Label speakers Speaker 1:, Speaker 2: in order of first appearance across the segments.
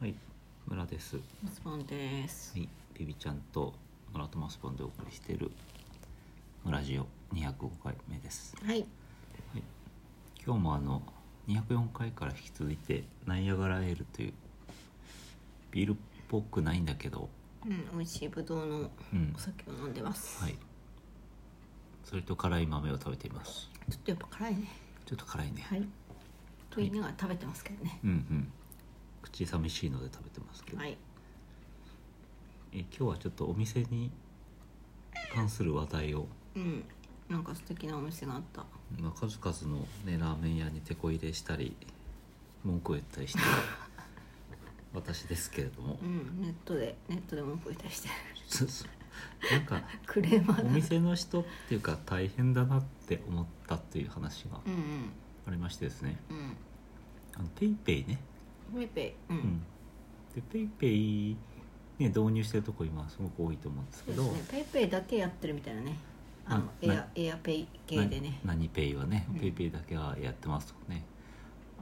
Speaker 1: です。は
Speaker 2: マスボンです。
Speaker 1: い、ビビちゃんとノラトマスポンでお送りしているラジオ205回目です。
Speaker 2: はい。
Speaker 1: はい、今日もあの204回から引き続いてナイアガラエールというビールっぽくないんだけど、
Speaker 2: うん、美味しいぶどうの
Speaker 1: うん
Speaker 2: お、酒を飲んでます。
Speaker 1: はい。それと辛い豆を食べています。
Speaker 2: ちょっとやっぱ辛いね。
Speaker 1: ちょっと辛いね。
Speaker 2: はい。と言いながら食べてますけどね。
Speaker 1: うんうん。口寂しいので食べてますけど。
Speaker 2: はい。
Speaker 1: え今日はちょっとお店に関する話題を。
Speaker 2: うん。なんか素敵なお店があった。
Speaker 1: まあ、数々の、ね、ラーメン屋にてこ入れしたり文句を言ったりして る私ですけれども
Speaker 2: うん。ネットでネットで文句言ったりして
Speaker 1: そうそうなんか
Speaker 2: クレーマー
Speaker 1: お
Speaker 2: だ。
Speaker 1: 店の人っていうか大変だなって思ったっていう話が
Speaker 2: うん
Speaker 1: ありましてですね
Speaker 2: うんうん。
Speaker 1: あのペイペイね、
Speaker 2: ペイペイ。う。
Speaker 1: うんん、でペイペイ、ね、導入してるとこ今すごく多いと思うんです
Speaker 2: そ
Speaker 1: け
Speaker 2: う
Speaker 1: ど
Speaker 2: ですね。ペイペイだけやってるみたいなね。あの
Speaker 1: うん
Speaker 2: エアエアペイ系でね。
Speaker 1: な何ペイはね、
Speaker 2: うん
Speaker 1: ペイペイだけはやってますとかね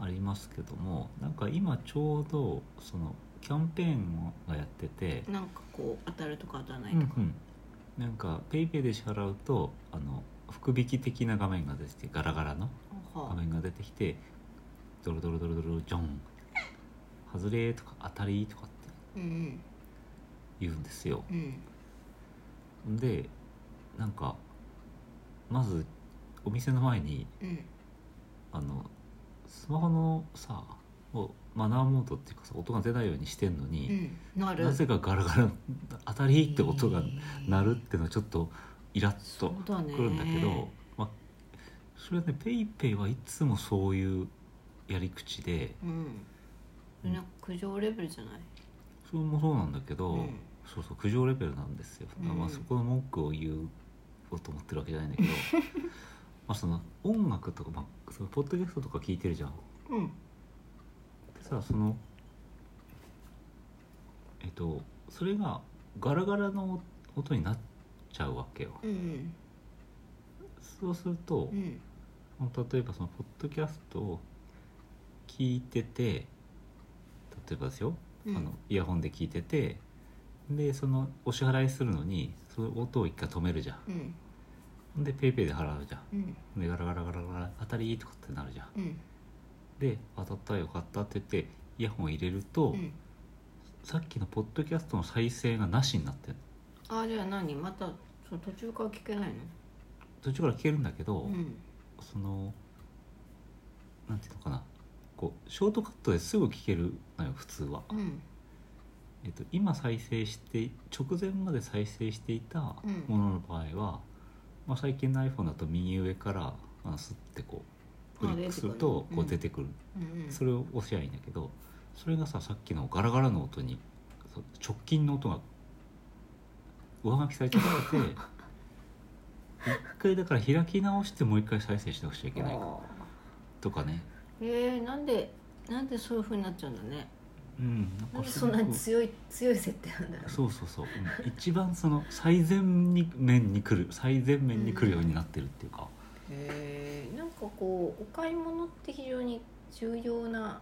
Speaker 1: ありますけどもなんか今ちょうどそのキャンペーンがやってて、
Speaker 2: なんかこう当たるとか当たらな
Speaker 1: う
Speaker 2: い
Speaker 1: ん
Speaker 2: とか。
Speaker 1: うんなんかペイペイで支払うとあの福引き的な画面が出てきてガラガラの
Speaker 2: は
Speaker 1: 画面が出てきてドロドロドロドロジョン外れとか当たりとかって
Speaker 2: うん
Speaker 1: 言うんですよ
Speaker 2: うんうん
Speaker 1: でなんかまずお店の前に
Speaker 2: うん。
Speaker 1: あのスマホのさをマナーモードっていうかさ音が出ないようにしてんの
Speaker 2: う
Speaker 1: に、
Speaker 2: ん。なる。
Speaker 1: なぜかガラガラ当たりって音が鳴るっていうのはちょっとイラッと
Speaker 2: そうだね
Speaker 1: くるんだけどまあ、それはね PayPay はいつもそういうやり口で
Speaker 2: うん。それなんか苦情レベルじゃない。
Speaker 1: それもそうなんだけど、
Speaker 2: うん
Speaker 1: そうそう苦情レベルなんですよ、
Speaker 2: うん
Speaker 1: まあ、そこの文句を言おうと思ってるわけじゃないんだ けどまあその音楽とか、まあ、そのポッドキャストとか聞いてるじゃん。
Speaker 2: うん。
Speaker 1: さそのえっとそれがガラガラの音になっちゃうわけよ
Speaker 2: うん。
Speaker 1: そうすると
Speaker 2: う、ん。
Speaker 1: 例えばそのポッドキャストを聞いてて例えばですよ、
Speaker 2: うん
Speaker 1: あのイヤホンで聞いててでそのお支払いするのにその音を一回止めるじゃん
Speaker 2: うん。
Speaker 1: ほんで PayPay ペイペイで払うじゃ
Speaker 2: うん。
Speaker 1: んでガラガラガラガラ当たりとかってなるじゃん
Speaker 2: うん。
Speaker 1: で当たったよかったって言ってイヤホンを入れると、
Speaker 2: うん。
Speaker 1: さっきのポッドキャストの再生がなしになってる
Speaker 2: あ、じゃあ、何、また、その途中から聞けないの。
Speaker 1: 途中から聞けるんだけど、
Speaker 2: うん。
Speaker 1: そのなんていうのかなこうショートカットですぐ聞けるのよ普通は、
Speaker 2: うん。
Speaker 1: えっと、今再生して直前まで再生していたも
Speaker 2: うん
Speaker 1: のの場合は、まあ、最近の iPhone だと右上からあのスッてこうクリックすると
Speaker 2: あ
Speaker 1: こう
Speaker 2: 出
Speaker 1: 出
Speaker 2: て
Speaker 1: てくる、
Speaker 2: うん。うん。
Speaker 1: それを押せばいいんだけどそれがささっきのガラガラの音にそう直近の音が上書きされちゃってて一回だから開き直してもう一回再生しなくちゃいけない
Speaker 2: あ
Speaker 1: とかね
Speaker 2: ーえー、なんで、なんでそういう風になっちゃうんだね。
Speaker 1: うんなん
Speaker 2: なん
Speaker 1: か
Speaker 2: ですそ
Speaker 1: ご
Speaker 2: んな
Speaker 1: く
Speaker 2: に強い、強い設定なんだろう。
Speaker 1: そうそうそううん一番その最前面に来る最前面に来るようになってるっていうか、
Speaker 2: えー、なんかこう、お買い物って非常に重要な。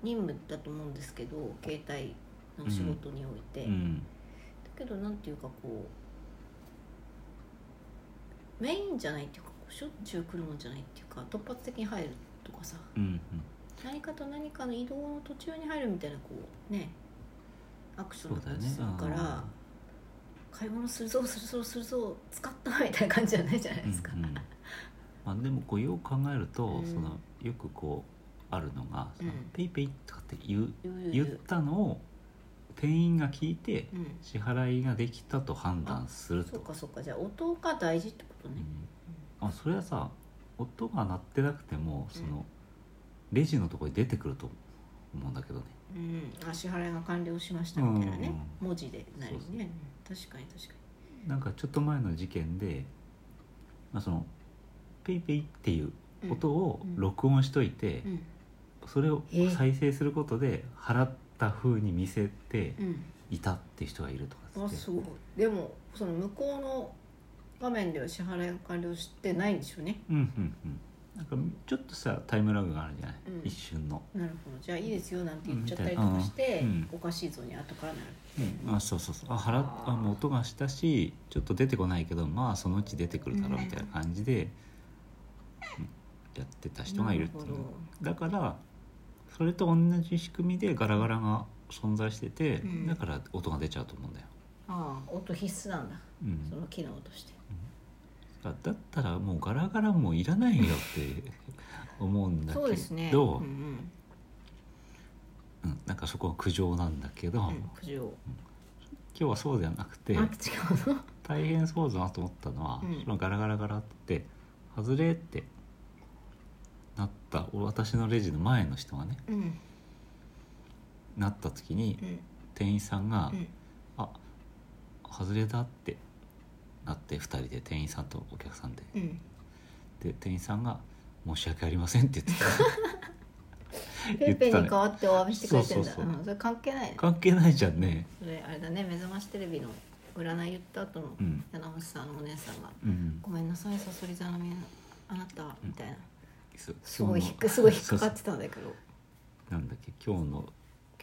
Speaker 2: 任務だと思うんですけど、携帯の仕事において。
Speaker 1: うん
Speaker 2: だけどなんていうかこうメインじゃないっていうかこうしょっちゅう来るもんじゃないっていうか突発的に入るとかさ
Speaker 1: うんうん
Speaker 2: 何かと何かの移動の途中に入るみたいなこうねアクショ
Speaker 1: そ
Speaker 2: ン
Speaker 1: う
Speaker 2: だった
Speaker 1: だよ
Speaker 2: り
Speaker 1: ね
Speaker 2: するから、
Speaker 1: あ
Speaker 2: 買い物するぞするぞするぞ使ったみたいな感じじゃないじゃない
Speaker 1: ー
Speaker 2: ですか。
Speaker 1: うんうんまあ、でもこうよく考えると、
Speaker 2: うん
Speaker 1: そのよくこうあるのが「その
Speaker 2: うん
Speaker 1: ペイペイ」とかって言う
Speaker 2: ゆう
Speaker 1: 言
Speaker 2: ゆう
Speaker 1: ったのを店員が聞いて
Speaker 2: うん、
Speaker 1: 支払いができたと判断する
Speaker 2: そ
Speaker 1: と
Speaker 2: うかそうかじゃあ音が大事ってこと
Speaker 1: う
Speaker 2: ね。
Speaker 1: んあそれはさ音が鳴ってなくてもそのレジのところに出てくると思うんだけどね
Speaker 2: うん、あ支払いが完了しましたみたいなね、文字でなり
Speaker 1: そうそう
Speaker 2: ね確かに確か
Speaker 1: なんかちょっと前の事件で、まあ、そのペイペイっていう
Speaker 2: に。うん
Speaker 1: 音を録音しといて、
Speaker 2: うん
Speaker 1: それを
Speaker 2: えー
Speaker 1: 再生することで払った風に見せて
Speaker 2: うん
Speaker 1: いたって人がいるとか
Speaker 2: あ
Speaker 1: っつ
Speaker 2: す
Speaker 1: って
Speaker 2: ごいでもその向こうの画面では支払いが完了してないんでしょうね
Speaker 1: うんうんうんなんかちょっとさタイムラグがあるじゃない、
Speaker 2: うん
Speaker 1: 一瞬の
Speaker 2: なるほどのじゃあいいですよなんて言っちゃったりとかして、
Speaker 1: うんみたいなうん
Speaker 2: おかしいぞに後からなる
Speaker 1: うんあそうそうそうあ払っあもう音がしたしちょっと出てこないけどまあそのうち出てくるだろうみたいな感じで、うんやってた人がいるってい
Speaker 2: なるほ
Speaker 1: うだからそれと同じ仕組みでガラガラが存在してて、
Speaker 2: うん
Speaker 1: だから音が出ちゃうと思うんだよ、
Speaker 2: どああ音必須なんだ
Speaker 1: うん
Speaker 2: そ、の機能として
Speaker 1: だだったらもうガラガラもういらないよって思うんだけど
Speaker 2: そうですねうんうん
Speaker 1: うんなんかそこは苦情なんだけど、
Speaker 2: うん
Speaker 1: 今
Speaker 2: 苦情
Speaker 1: 日はそうではなくて
Speaker 2: あ違うの
Speaker 1: 大変そうだなと思ったのは、
Speaker 2: うん
Speaker 1: そのガラガラガラって「外れ」ってなった私のレジの前の人がね
Speaker 2: うん
Speaker 1: なった時に
Speaker 2: うん
Speaker 1: 店員さんが
Speaker 2: うん
Speaker 1: 「あ外れだ」ってなって2人で店員さんとお客さんで
Speaker 2: うん
Speaker 1: で店員さんが「申し訳ありません」って言って
Speaker 2: ペンペンに代わってお詫びしてくれてんだ
Speaker 1: そうそうそう
Speaker 2: うんそれ関係ないね
Speaker 1: た関係ないじゃんね
Speaker 2: それあれだね目覚ましテレビの占い言った後の
Speaker 1: うん
Speaker 2: アナウンサーのお姉さんが
Speaker 1: うん
Speaker 2: 「ごめんなさいさそり座のみんなあなたは」みたいな
Speaker 1: す
Speaker 2: すごい引っかすごい引っかかっ
Speaker 1: そう
Speaker 2: てたんだけど
Speaker 1: そう なんだっけ今日の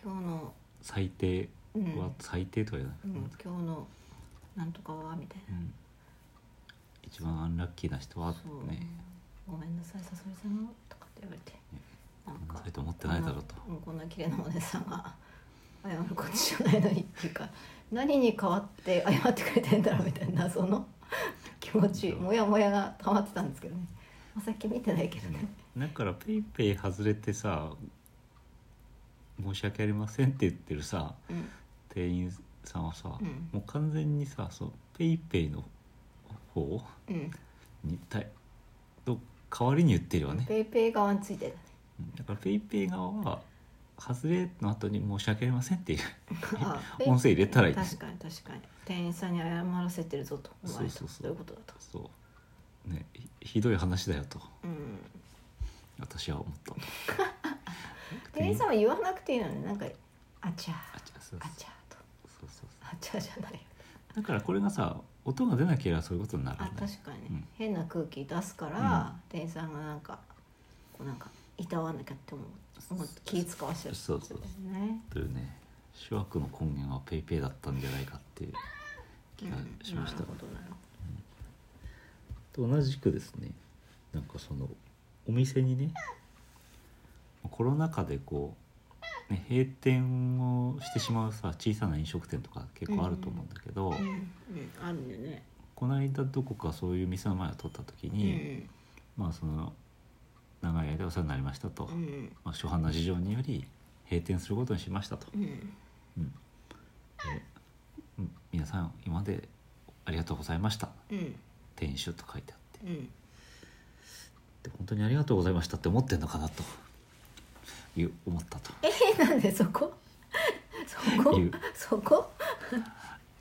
Speaker 2: 今日の
Speaker 1: 最低
Speaker 2: うん、う
Speaker 1: は
Speaker 2: ん、
Speaker 1: 最低とは言わない、
Speaker 2: 今日のなんとかはみたいな
Speaker 1: うん一番アンラッキーな人は
Speaker 2: そう、
Speaker 1: ね
Speaker 2: ごめんなさいさそり座のとかって言われてなんか
Speaker 1: それと思ってないだろうと
Speaker 2: こんなうんこんな綺麗なお姉さんが謝ることじゃないのにっていうか何に代わって謝ってくれてんだろうみたいな謎の気持ちモヤモヤが溜まってたんですけどね、まあ、さっき見てないけどね
Speaker 1: だからペイペイ外れてさ「申し訳ありません」って言ってるさ
Speaker 2: うん
Speaker 1: 店員さんはさ、
Speaker 2: うん
Speaker 1: もう完全にさそうペイペイの方
Speaker 2: うん
Speaker 1: に対の代わりに言ってるよね、
Speaker 2: ペイペイ側につい てる
Speaker 1: うんだからペイペイ側は「外れ」の後に「申し訳ありません」っていう
Speaker 2: あ
Speaker 1: 音声入れたらいい
Speaker 2: 確かに確かに店員さんに謝らせてるぞとお前と
Speaker 1: そうそうそう
Speaker 2: そういうことだと
Speaker 1: そうねひひどい話だよと
Speaker 2: うん
Speaker 1: 私は思ったと
Speaker 2: 店員さんは言わなくていいのになんかあちゃ
Speaker 1: あちゃそう
Speaker 2: あ
Speaker 1: そう
Speaker 2: ちゃと
Speaker 1: そうそう
Speaker 2: あちゃじゃない
Speaker 1: だからこれがさ音が出なければそういうことになる
Speaker 2: あ
Speaker 1: んだよ
Speaker 2: 確かに、
Speaker 1: うん
Speaker 2: 変な空気出すから、店員さんがなんかこうなんかいたわなきゃって思う思って気使わせてる
Speaker 1: そうそうそう
Speaker 2: ですね
Speaker 1: というね諸悪の根源はペイペイだったんじゃないかっていう気がしました、
Speaker 2: うんなるほどなるほ
Speaker 1: と同じくですねなんかそのお店にねコロナ禍でこう、ね、閉店をしてしまうさ小さな飲食店とか結構あると思うんだけど、
Speaker 2: どうん、うん、あるんだよね、
Speaker 1: この間どこかそういう店の前を撮った時
Speaker 2: うん
Speaker 1: に、まあその長い間お世話になりましたと、
Speaker 2: うんうん
Speaker 1: まあ、初版の事情により閉店することにしましたと、
Speaker 2: うん
Speaker 1: うんでうん皆さん今までありがとうございました
Speaker 2: うん
Speaker 1: 店主と書いてあって
Speaker 2: うん
Speaker 1: で本当にありがとうございましたって思ってんのかなという思ったと
Speaker 2: えなんでそこ そこ
Speaker 1: 言う
Speaker 2: そこ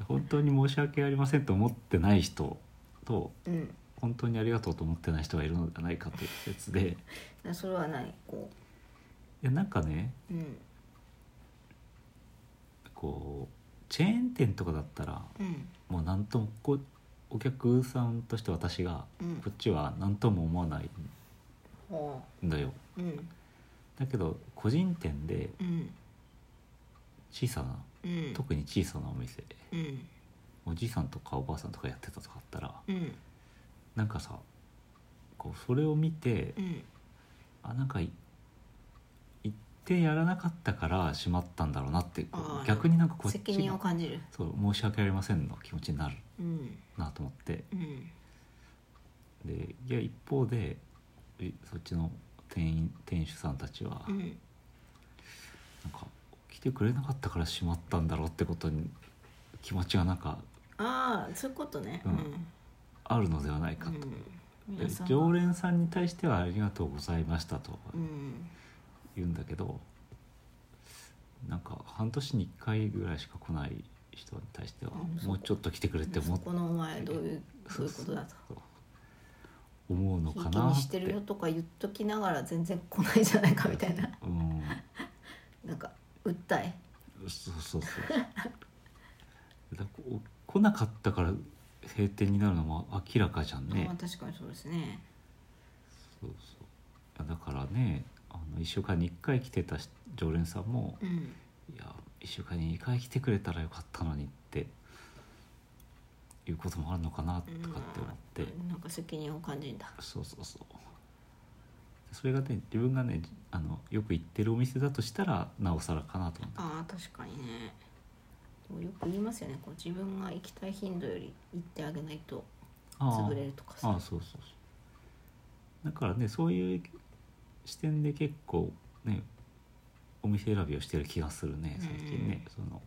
Speaker 1: 本当に申し訳ありませんと思ってない人と
Speaker 2: うん
Speaker 1: 本当にありがとうと思ってない人がいるのではないかという説でい
Speaker 2: それは何こ
Speaker 1: やなんかね
Speaker 2: ううん
Speaker 1: こうチェーン店とかだったら
Speaker 2: うん
Speaker 1: もう何ともこうお客さんとして私が
Speaker 2: うん
Speaker 1: こっちは何とも思わない
Speaker 2: ほ
Speaker 1: んだよ、
Speaker 2: ううん
Speaker 1: だけど個人店で
Speaker 2: うん
Speaker 1: 小さな
Speaker 2: うん
Speaker 1: 特に小さなお店
Speaker 2: うん
Speaker 1: おじいさんとかおばあさんとかやってたとかあったら
Speaker 2: うん
Speaker 1: なんかさこうそれを見て
Speaker 2: うん
Speaker 1: あなんかい行ってやらなかったからしまったんだろうなってこう
Speaker 2: あー
Speaker 1: 逆になんかこっち
Speaker 2: 責任を
Speaker 1: が
Speaker 2: 感じる
Speaker 1: そう申し訳ありませんの気持ちになる
Speaker 2: うん
Speaker 1: なと思って
Speaker 2: うん
Speaker 1: でいや一方でえそっちの店員店主さんたちは、
Speaker 2: うん
Speaker 1: なんか来てくれなかったからしまったんだろうってことに気持ちがなんか
Speaker 2: ああそういうことね
Speaker 1: う
Speaker 2: うんん、
Speaker 1: あるのではないか
Speaker 2: う
Speaker 1: と、
Speaker 2: ん、
Speaker 1: で
Speaker 2: 皆さん
Speaker 1: 常連さんに対しては「ありがとうございました」と
Speaker 2: うん
Speaker 1: 言うんだけど、なんか半年に1回ぐらいしか来ない人に対しては
Speaker 2: うん
Speaker 1: もうちょっと来てくれって
Speaker 2: そ
Speaker 1: 思っ
Speaker 2: このお前どういうどういうことだと
Speaker 1: そう思うの
Speaker 2: ひ
Speaker 1: か
Speaker 2: いき
Speaker 1: な
Speaker 2: に
Speaker 1: っ
Speaker 2: しててるよとか言っときながら全然来ないじゃないかみたいな
Speaker 1: うん
Speaker 2: なんか訴え
Speaker 1: そうそうそう だこ来なかったから閉店になるのも明らかじゃんね
Speaker 2: ああ確かにそうですね
Speaker 1: そうそういやだからねあの1週間に1回来てたし常連さんも
Speaker 2: うん
Speaker 1: 「いや1週間に2回来てくれたらよかったのに」っていうこともあるのかなとかって思って、
Speaker 2: なんか責任を感じんだ
Speaker 1: そうそうそうそれがね自分がねあのよく行ってるお店だとしたらなおさらかなと思って
Speaker 2: ああ確かにねでもよく言いますよねこう自分が行きたい頻度より行ってあげないと
Speaker 1: あ
Speaker 2: 潰れ
Speaker 1: ー
Speaker 2: るとか
Speaker 1: あ
Speaker 2: さ
Speaker 1: ーそうそうそうだからねそういう視点で結構ねお店選びをしてる気がするね最近ね、その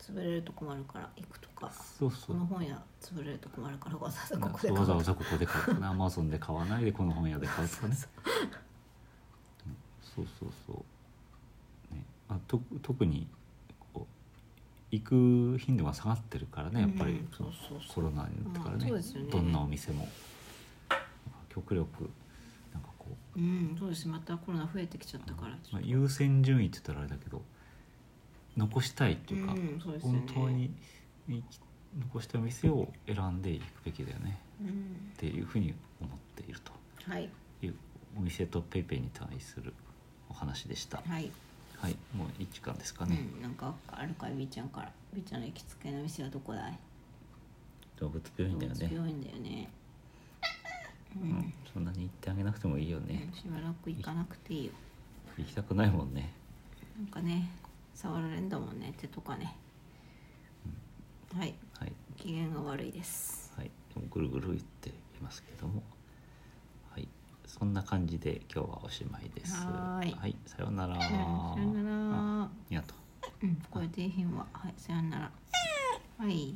Speaker 2: 潰れると困るから行くとか
Speaker 1: そうそ
Speaker 2: こ
Speaker 1: う
Speaker 2: の本屋潰れると困るからわざわざここで
Speaker 1: そう
Speaker 2: 買
Speaker 1: わ
Speaker 2: う
Speaker 1: ざわざここで買うとかアマゾンで買わないでこの本屋で買うとかねうんそうそうそう、ね、あと特にこう行く頻度が下がってるからねやっぱり、
Speaker 2: うん
Speaker 1: その
Speaker 2: そうそうそう
Speaker 1: コロナになってからね,、
Speaker 2: まあそうですよね
Speaker 1: どんなお店も極力なんかこう
Speaker 2: うんそうですまたコロナ増えてきちゃったからちょ
Speaker 1: ま
Speaker 2: っ
Speaker 1: あ、
Speaker 2: と
Speaker 1: 優先順位って言ったらあれだけど残したいっていうか、
Speaker 2: うんそうですよね
Speaker 1: 本当に行き残したい店を選んでいくべきだよね
Speaker 2: うん
Speaker 1: っていうふうに思っていると。
Speaker 2: はい
Speaker 1: いうお店とペイペイに対するお話でした。
Speaker 2: はい、
Speaker 1: はい、もう一時間ですかね。
Speaker 2: うんなんかあるかい B ちゃんから B ちゃんの行きつけの店はどこだい
Speaker 1: 動物病院だよね。
Speaker 2: 強いんだよねう、
Speaker 1: うんん、そんなに行ってあげなくてもいいよね
Speaker 2: うん。しばらく行かなくていいよ
Speaker 1: 行きたくないもんね。
Speaker 2: なんかね触られんだもんね手とかねはい
Speaker 1: はい、
Speaker 2: 機嫌が悪いです
Speaker 1: はい、でもぐるぐる言っていますけども。はい、そんな感じで今日はおしまいです。
Speaker 2: はーい
Speaker 1: さようなら。
Speaker 2: うんさよなら
Speaker 1: あ。いやと。
Speaker 2: うんこれでいい品ははいさよならはい